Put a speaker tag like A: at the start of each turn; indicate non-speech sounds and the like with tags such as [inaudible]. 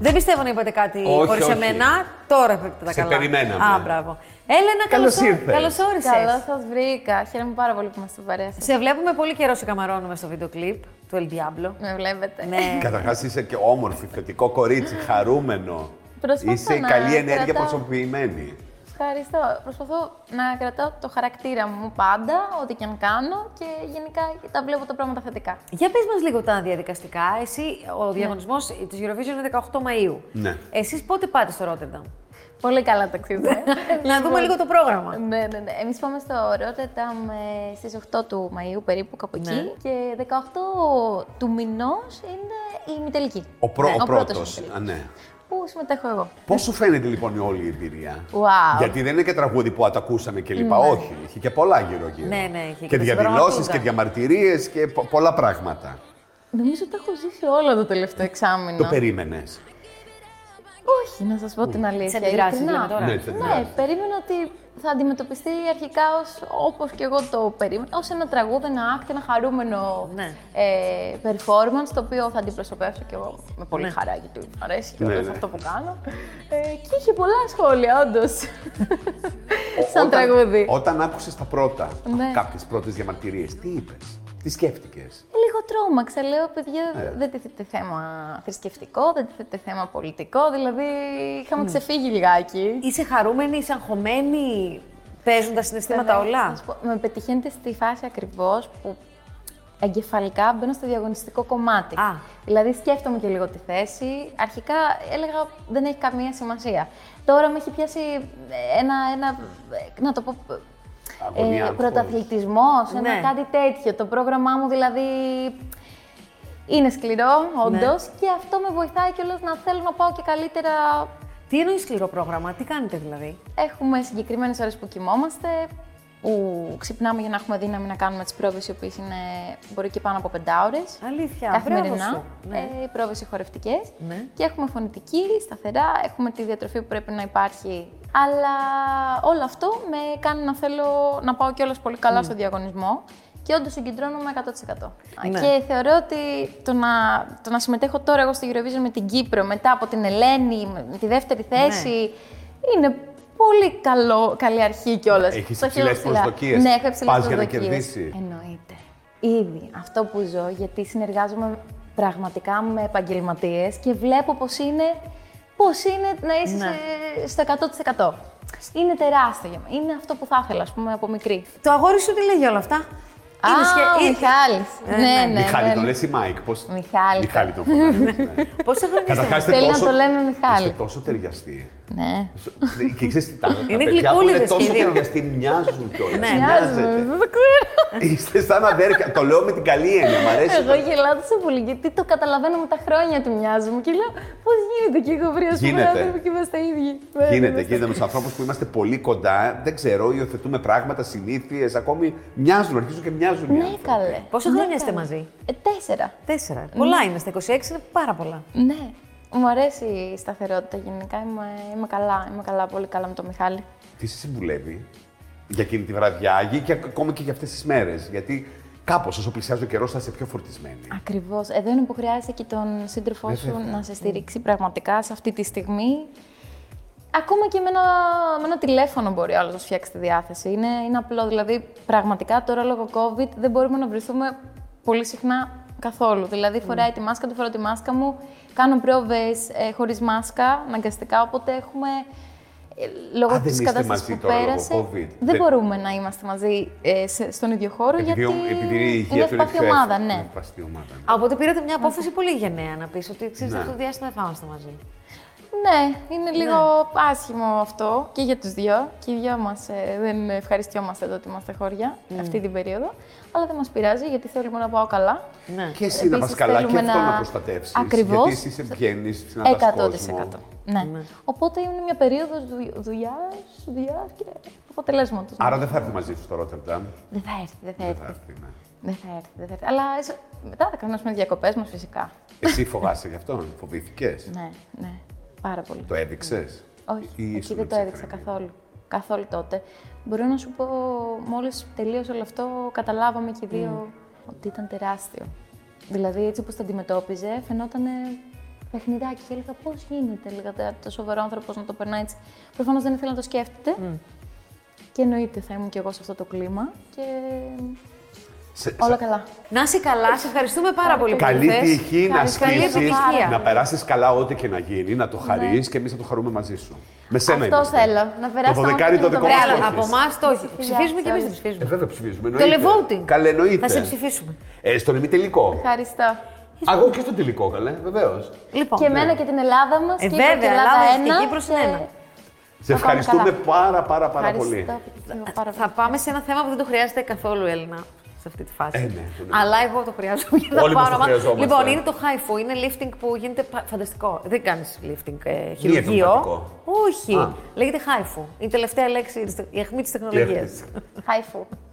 A: Δεν πιστεύω να είπατε κάτι
B: Όχι,
A: χωρί
B: όχι.
A: εμένα. Τώρα θα τα
B: Σε
A: καλά.
B: περιμέναμε.
A: Α, μπράβο. Έλενα,
B: Καλώς
A: καλώς,
B: ήρθες.
A: καλώς όρισες.
C: Καλώς σας βρήκα. Χαίρομαι πάρα πολύ που είμαστε παρέα σας.
A: Σε βλέπουμε πολύ καιρός σε καμαρώνουμε στο βίντεο κλιπ του El Diablo.
C: Με βλέπετε.
A: ναι.
B: Καταρχάς είσαι και όμορφη, θετικό κορίτσι, χαρούμενο.
C: Προσπαθώ
B: είσαι
C: να
B: καλή ενέργεια
C: κρατάω.
B: προσωπημένη.
C: Ευχαριστώ. Προσπαθώ να κρατάω το χαρακτήρα μου πάντα, ό,τι και αν κάνω και γενικά τα βλέπω τα πράγματα θετικά.
A: Για πες μας λίγο τα διαδικαστικά. Εσύ, ο διαγωνισμός της Eurovision είναι 18 Μαΐου.
B: Ναι.
A: Εσείς πότε πάτε στο Ρότερνταμ.
C: Πολύ καλά ταξίδια.
A: [laughs] να
C: ε,
A: δούμε λίγο το πρόγραμμα.
C: Ναι, ναι, ναι. Εμείς πάμε στο Rotterdam ε, στις 8 του Μαΐου περίπου, κάπου εκεί.
A: Ναι.
C: Και 18 του μηνός είναι η μη τελική.
B: Ο, πρω-
C: Ναι,
B: ο πρώτο.
C: ημιτελικής,
B: Ναι.
C: Που συμμετέχω εγώ.
B: Πώς σου φαίνεται λοιπόν η όλη η εμπειρία.
C: Wow. Ναι.
B: Γιατί δεν είναι και τραγούδι που ακούσαμε και λοιπά. Όχι, είχε και πολλά γύρω-γύρω.
A: Ναι, ναι, είχε και
B: και
A: τα
B: διαδηλώσεις
A: συμπραγματούλα.
B: και διαμαρτυρίες και πο- πολλά πράγματα.
C: Νομίζω ότι έχω ζήσει όλο το τελευταίο εξάμεινο.
B: Το περίμενες.
C: Όχι, να σας πω την αλήθεια.
A: αντιδράσεις
C: ειλικρινά.
A: λέμε τώρα.
B: Ναι, σε
C: Ναι,
B: αντιδράσεις. περίμενα
C: περίμενα ότι θα αντιμετωπιστεί αρχικά ως, όπως και εγώ το περίμενα, ως ένα τραγούδι, ένα act, ένα χαρούμενο
A: Ναι.
C: ε, performance, το οποίο θα αντιπροσωπεύσω και εγώ με πολύ
A: Ναι.
C: χαρά γιατί μου αρέσει και
B: Ναι,
C: όλο
B: ναι.
C: αυτό που κάνω. Ε, και είχε πολλά σχόλια, όντως, σαν
B: Όταν-
C: τραγούδι.
B: Όταν άκουσες τα πρώτα,
C: Ναι.
B: κάποιες πρώτες διαμαρτυρίες, τι είπες, τι σκέφτηκες.
C: Λίγο τρόμαξα. Λέω, παιδιά,
B: Ε.
C: δεν τίθεται θέμα θρησκευτικό, δεν τίθεται θέμα πολιτικό. Δηλαδή, είχαμε
A: Ναι.
C: ξεφύγει λιγάκι.
A: Είσαι χαρούμενη, είσαι αγχωμένη, παίζουν τα συναισθήματα
C: Βέβαια, να
A: όλα.
C: σου πω, Με πετυχαίνετε στη φάση ακριβώς που εγκεφαλικά μπαίνω στο διαγωνιστικό κομμάτι.
A: Α.
C: Δηλαδή σκέφτομαι και λίγο τη θέση. Αρχικά έλεγα δεν έχει καμία σημασία. Τώρα με έχει πιάσει ένα, ένα να το πω,
B: Αγωνία, αγχώρες.
C: πρωταθλητισμός,
A: Ναι.
C: ένα κάτι τέτοιο. Το πρόγραμμά μου δηλαδή είναι σκληρό,
A: Ναι.
C: όντως, και αυτό με βοηθάει κιόλας να θέλω να πάω και καλύτερα
A: Τι εννοείς σκληρό πρόγραμμα, τι κάνετε δηλαδή.
C: Έχουμε συγκεκριμένες ώρες που κοιμόμαστε, που ξυπνάμε για να έχουμε δύναμη να κάνουμε τις πρόβες, οι οποίες είναι μπορεί και πάνω από 5 ώρε.
A: Αλήθεια, μπράβο
C: Καθημερινά.
A: σου. Ναι.
C: Ε, οι πρόβες οι χορευτικέ.
A: Ναι.
C: Και έχουμε φωνητική, σταθερά, έχουμε τη διατροφή που πρέπει να υπάρχει. Αλλά όλο αυτό με κάνει να θέλω να πάω κιόλας πολύ καλά στο διαγωνισμό και όντως συγκεντρώνομαι 100%.
A: Ναι.
C: Και θεωρώ ότι το να, το να συμμετέχω τώρα εγώ στη Eurovision με την Κύπρο, μετά από την Ελένη, με με τη δεύτερη θέση,
B: Ναι.
C: είναι πολύ καλό, καλή αρχή κιόλας.
B: Έχεις υψηλές προσδοκίες.
C: Ναι, έχω υψηλές
B: Πας για να
C: προσδοκίες.
B: κερδίσει.
C: Εννοείται. Ήδη αυτό που ζω, γιατί συνεργάζομαι πραγματικά με επαγγελματίες και βλέπω πώ είναι, πώς είναι να είσαι
A: Ναι.
C: σε- στο 100%. Είναι τεράστιο για μένα. Είναι αυτό που θα ήθελα, ας πούμε, από μικρή.
A: Το αγόρι σου τι λέει για όλα αυτά.
C: Α, ο Μιχάλης.
A: Ε,
C: Ναι,
A: ναι.
C: ναι.
B: Μιχάλη,
C: ναι.
B: τον λες ή Μάικ. Πώς...
C: Μιχάλη.
B: Μιχάλη τον
C: [laughs]
B: φωνάζεις, ναι.
A: Πόσα χρόνια είστε
B: Καταρχάς, είστε
C: Θέλει να
B: τόσο-
C: το λέμε Μιχάλη.
B: Είστε τόσο ταιριαστοί.
C: Ναι.
B: Και ξέρεις τι τα τα
A: Είναι
B: παιδιά που είναι
A: γλυκούλιδες
B: τόσο
A: και οι δύο.
B: ταιριαστοί, μοιάζουν
A: Ναι.
B: κιόλας.
C: Μοιάζουμε,
B: Μοιάζετε.
C: δεν το ξέρω.
B: Είστε σαν αδέρφια. Το λέω με την καλή έννοια, μου αρέσει.
C: Εγώ γελάω τόσο πολύ γιατί το καταλαβαίνω με τα χρόνια ότι μοιάζουμε και λέω πώς γίνεται και εγώ βρει α πούμε
B: Γίνεται.
C: άνθρωποι και είμαστε ίδιοι.
B: Γίνεται,
C: Ναι,
B: γίνεται με τους ανθρώπους που είμαστε πολύ κοντά. Δεν ξέρω, υιοθετούμε πράγματα, συνήθειες. Ακόμη μοιάζουν, αρχίζουν και μοιάζουν. οι
C: Ναι,
B: άνθρωποι.
C: καλέ.
A: Πόσα
C: Ναι,
A: χρόνια είστε
C: καλέ.
A: μαζί?
C: Ε, τέσσερα.
A: Τέσσερα. Πολλά είναι, στα 26 είναι πάρα πολλά.
C: Ναι. Μου αρέσει η σταθερότητα γενικά. Είμαι, είμαι καλά. Είμαι καλά, πολύ καλά με τον Μιχάλη.
B: Τι σε συμβουλεύει για εκείνη τη βραδιά ή και ακόμα και για αυτές τις μέρες. Γιατί κάπως όσο πλησιάζει ο καιρός θα είσαι πιο φορτισμένη.
C: Ακριβώς. Εδώ είναι που χρειάζεται Ε, και τον σύντροφό
B: Βέβαια.
C: σου να σε στηρίξει πραγματικά σε αυτή τη στιγμή. Ακόμα και με ένα, με ένα τηλέφωνο μπορεί άλλος να σου φτιάξει τη διάθεση. Είναι, είναι απλό. Δηλαδή, πραγματικά τώρα λόγω COVID δεν μπορούμε να βρεθούμε πολύ συχνά καθόλου.
B: Ναι.
C: Δηλαδή, φοράει τη μάσκα του, φοράω τη μάσκα μου. Κάνω πρόβε ε, χωρίς μάσκα, αναγκαστικά. Οπότε έχουμε. ε, λόγω
B: Α, δεν
C: της
B: είστε
C: κατάστασης
B: μαζί
C: που
B: τώρα λόγω
C: πέρασε.
B: COVID.
C: Δεν,
B: Δεν-
C: μπορούμε να είμαστε μαζί ε, σε- στον ίδιο χώρο
B: Επειδή,
C: γιατί.
B: επειδή η υγεία
C: είναι
B: του είναι
C: ευπαθή
B: πιο
C: ομάδα,
B: εύκολη.
C: ναι.
B: Είναι ευπαθή ομάδα, ναι.
A: Από ότι πήρατε μια απόφαση πολύ γενναία να πεις ότι ξέρεις
B: Ναι.
A: αυτό το διάστημα δεν θα είμαστε μαζί.
C: Ναι, είναι λίγο άσχημο αυτό και για τους δύο. Και οι δυο μας ε, δεν ευχαριστιόμαστε εδώ ότι είμαστε χώρια αυτή την περίοδο. Αλλά δεν μας πειράζει γιατί θέλουμε να πάω καλά.
A: Ναι.
B: Και εσύ να πας
C: Επίσης,
B: καλά και
C: θέλουμε
B: αυτό να,
C: να-
B: προστατεύσεις.
C: Ακριβώς.
B: Γιατί εσύ είσαι ευγενή, συναντά
C: 100%. Ναι. Οπότε είναι μια περίοδος δου, δουλειάς, δουλειάς και αποτελέσματος.
B: Άρα δεν θα έρθει μαζί σου στο Ρότερνταμ.
C: Δεν θα έρθει, δεν θα
B: Δεν θα
C: έρθει.
B: έρθει, ναι.
C: Δεν θα έρθει, δεν θα έρθει. Αλλά ίσως- μετά θα κάνουμε διακοπές μας φυσικά.
B: Εσύ φοβάσαι γι' αυτό, φοβήθηκες.
C: Ναι, ναι. Πάρα πολύ.
B: Το έδειξες.
C: Όχι,
B: Ή
C: εκεί
B: ήσουν
C: δεν το έδειξα
B: ψυχρή?
C: καθόλου. Καθόλου τότε. Μπορώ να σου πω, μόλις τελείωσε όλο αυτό, καταλάβαμε και οι δύο ότι ήταν τεράστιο. Δηλαδή, έτσι όπως το αντιμετώπιζε, φαινόταν παιχνιδάκι και έλεγα πώς γίνεται έλεγα, τε- το σοβαρό άνθρωπος να το περνάει έτσι. Προφανώς δεν ήθελα να το σκέφτεται. Και εννοείται θα ήμουν κι εγώ σε αυτό το κλίμα. Και
B: Σε- σε-
C: όλα καλά.
A: Να είσαι καλά, σε ευχαριστούμε πάρα πολύ που
B: Καλή
A: ήρθες.
B: τύχη, να
A: Καλή
B: σκύψεις,
A: επιτυχία.
B: να περάσεις καλά ό,τι και να γίνει, να το χαρείς και εμείς θα το χαρούμε μαζί σου. Με σένα
C: Ναι. Αυτό
B: είμαστε.
C: θέλω, να περάσει
B: Το
C: τα
B: δωδεκάρι το
C: μάτια
B: δικό
C: μου
A: Ρε,
B: μας
C: το βράδυ.
A: αλλά
B: το
A: από
B: έχεις.
A: εμάς το όχι. Ψηφίζουμε και εμείς δεν
B: Ε,
A: ψηφίζουμε.
B: βέβαια ψηφίζουμε.
A: Televoting.
B: Καλέ εννοείται.
A: Θα σε ψηφίσουμε.
B: Ε, στον ημιτελικό.
C: Ευχαριστώ.
B: Α, εγώ και στον τελικό, καλέ, βεβαίως.
A: Λοιπόν,
C: και εμένα και την Ελλάδα μας.
A: Ε,
C: και
A: βέβαια,
C: την Ελλάδα
A: Ελλάδα
C: ένα.
A: εθνική προς την ένα.
B: Σε
C: Θα πάμε
B: ευχαριστούμε
C: καλά.
B: πάρα πάρα πάρα πολύ.
C: Ευχαριστώ. Πάρα πολύ.
A: θα πάμε σε ένα θέμα που δεν το χρειάζεται καθόλου Έλληνα σε αυτή τη φάση.
B: Ε, ναι, ναι.
A: Αλλά εγώ το χρειάζομαι και θα
B: Όλοι μας
A: πάρω,
B: το
A: μα-
B: χρειαζόμαστε.
A: Λοιπόν, είναι το χάιφο. Είναι lifting που γίνεται πα- φανταστικό. Δεν κάνεις lifting ε, χειρουργείο.
B: επεμβατικό.
A: Όχι.
B: Α.
A: Λέγεται χάιφο. Η τελευταία λέξη, η αχμή τη τεχνολογία.
B: Λεύτη.
C: Χάιφου.